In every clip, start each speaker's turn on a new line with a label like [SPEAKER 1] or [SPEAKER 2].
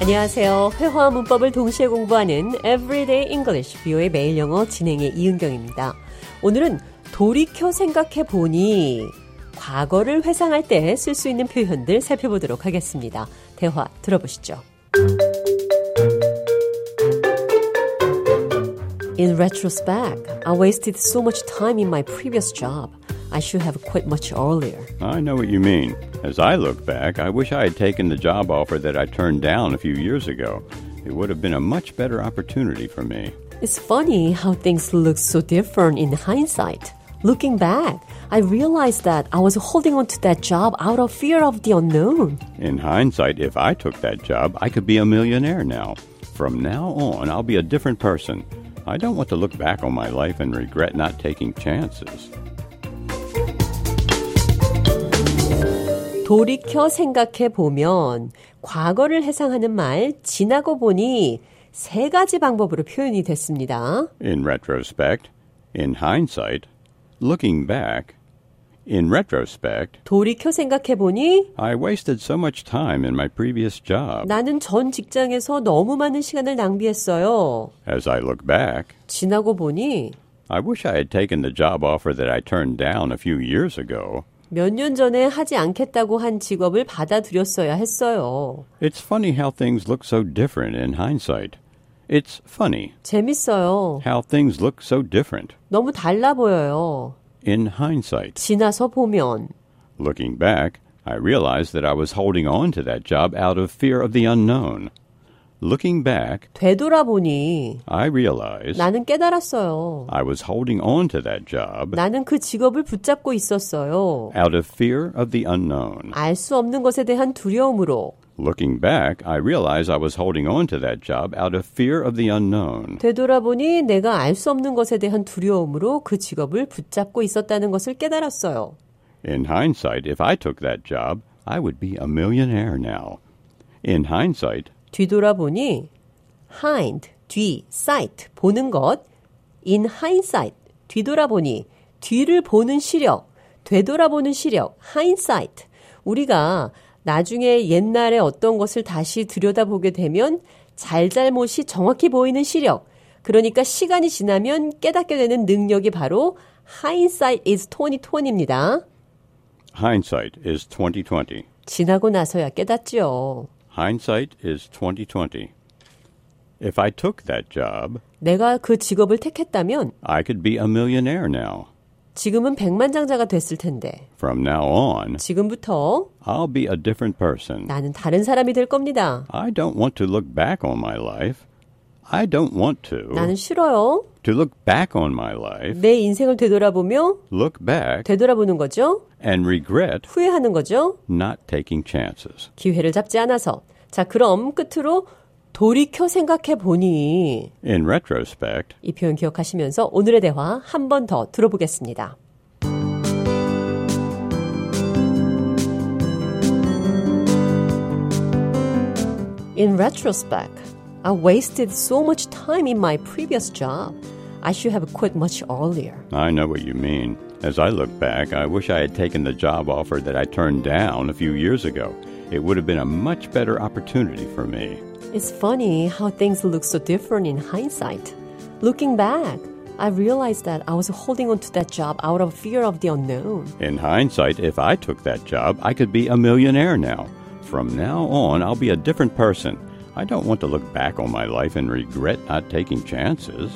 [SPEAKER 1] 안녕하세요. 회화와 문법을 동시에 공부하는 Everyday English 뷰의 매일 영어 진행의 이은경입니다. 오늘은 돌이켜 생각해 보니 과거를 회상할 때 쓸 수 있는 표현들 살펴보도록 하겠습니다. 대화 들어보시죠. In retrospect, I wasted so much time in my previous job. I should have quit much earlier.
[SPEAKER 2] I know what you mean. As I look back, I wish I had taken the job offer that I turned down a few years ago. It would have been a much better opportunity for me.
[SPEAKER 1] It's funny how things look so different in hindsight. Looking back, I realized that I was holding on to that job out of fear of the unknown.
[SPEAKER 2] In hindsight, if I took that job, I could be a millionaire now. From now on, I'll be a different person. I don't want to look back on my life and regret not taking chances.
[SPEAKER 1] 돌이켜 생각해 보면 과거를 회상하는 말 지나고 보니 세 가지 방법으로 표현이 됐습니다.
[SPEAKER 2] In retrospect, in hindsight, looking back, in retrospect,
[SPEAKER 1] 돌이켜 생각해 보니
[SPEAKER 2] I wasted so much time in my previous job.
[SPEAKER 1] 나는 전 직장에서 너무 많은 시간을 낭비했어요.
[SPEAKER 2] As I look back,
[SPEAKER 1] 지나고 보니
[SPEAKER 2] I wish I had taken the job offer that I turned down a few years ago.
[SPEAKER 1] 몇 년 전에 하지 않겠다고 한 직업을 받아들였어야 했어요.
[SPEAKER 2] It's funny how things look so different in hindsight. It's funny
[SPEAKER 1] 재밌어요.
[SPEAKER 2] how things look so different
[SPEAKER 1] 너무 달라 보여요.
[SPEAKER 2] in hindsight.
[SPEAKER 1] 지나서 보면
[SPEAKER 2] Looking back, I realized that I was holding on to that job out of fear of the unknown. Looking back,
[SPEAKER 1] 되돌아보니
[SPEAKER 2] I realized
[SPEAKER 1] 나는 깨달았어요.
[SPEAKER 2] I was holding on to that job
[SPEAKER 1] 나는 그 직업을 붙잡고 있었어요.
[SPEAKER 2] out of fear of the unknown.
[SPEAKER 1] 알 수 없는 것에 대한 두려움으로
[SPEAKER 2] Looking back, I realized I was holding on to that job out of fear of the unknown.
[SPEAKER 1] 되돌아보니 내가 알 수 없는 것에 대한 두려움으로 그 직업을 붙잡고 있었다는 것을 깨달았어요.
[SPEAKER 2] In hindsight, if I took that job, I would be a millionaire now. In hindsight,
[SPEAKER 1] 뒤돌아보니 hind 뒤 sight 보는 것 in hindsight 뒤돌아보니 뒤를 보는 시력 되돌아보는 시력 hindsight 우리가 나중에 옛날에 어떤 것을 다시 들여다보게 되면 잘잘못이 정확히 보이는 시력 그러니까 시간이 지나면 깨닫게 되는 능력이 바로 hindsight is 2020입니다.
[SPEAKER 2] hindsight is 2020.
[SPEAKER 1] 지나고 나서야 깨닫지요.
[SPEAKER 2] Hindsight is 2020. If I took that job,
[SPEAKER 1] 내가 그 직업을 택했다면
[SPEAKER 2] I could be a millionaire now.
[SPEAKER 1] 지금은 백만장자가 됐을 텐데
[SPEAKER 2] From now on,
[SPEAKER 1] 지금부터
[SPEAKER 2] I'll be a different person.
[SPEAKER 1] 나는 다른 사람이 될 겁니다.
[SPEAKER 2] I don't want to look back on my life. I don't want to
[SPEAKER 1] 나는 싫어요.
[SPEAKER 2] to look back on my life.
[SPEAKER 1] 내 인생을 되돌아보며
[SPEAKER 2] Look back
[SPEAKER 1] 되돌아보는 거죠.
[SPEAKER 2] and regret
[SPEAKER 1] 후회하는 거죠.
[SPEAKER 2] not taking chances.
[SPEAKER 1] 기회를 잡지 않아서. 자, 그럼 끝으로 돌이켜 생각해 보니
[SPEAKER 2] In retrospect,
[SPEAKER 1] 이 표현 기억하시면서 오늘의 대화 한 번 더 들어보겠습니다. In retrospect, I wasted so much time in my previous job. I should have quit much earlier.
[SPEAKER 2] I know what you mean. As I look back, I wish I had taken the job offer that I turned down a few years ago. It would have been a much better opportunity for me.
[SPEAKER 1] It's funny how things look so different in hindsight. Looking back, I realized that I was holding on to that job out of fear of the unknown.
[SPEAKER 2] In hindsight, if I took that job, I could be a millionaire now. From now on, I'll be a different person. I don't want to look back on my life and regret not taking chances.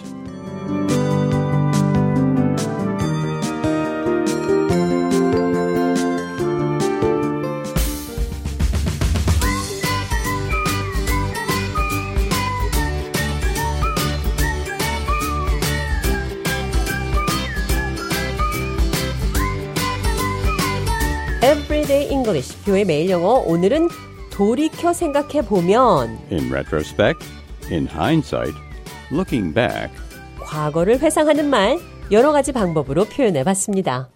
[SPEAKER 1] Everyday English, 뷰의 매일 영어. 오늘은 돌이켜 생각해 보면
[SPEAKER 2] In retrospect, in hindsight, looking back,
[SPEAKER 1] 과거를 회상하는 말 여러 가지 방법으로 표현해 봤습니다.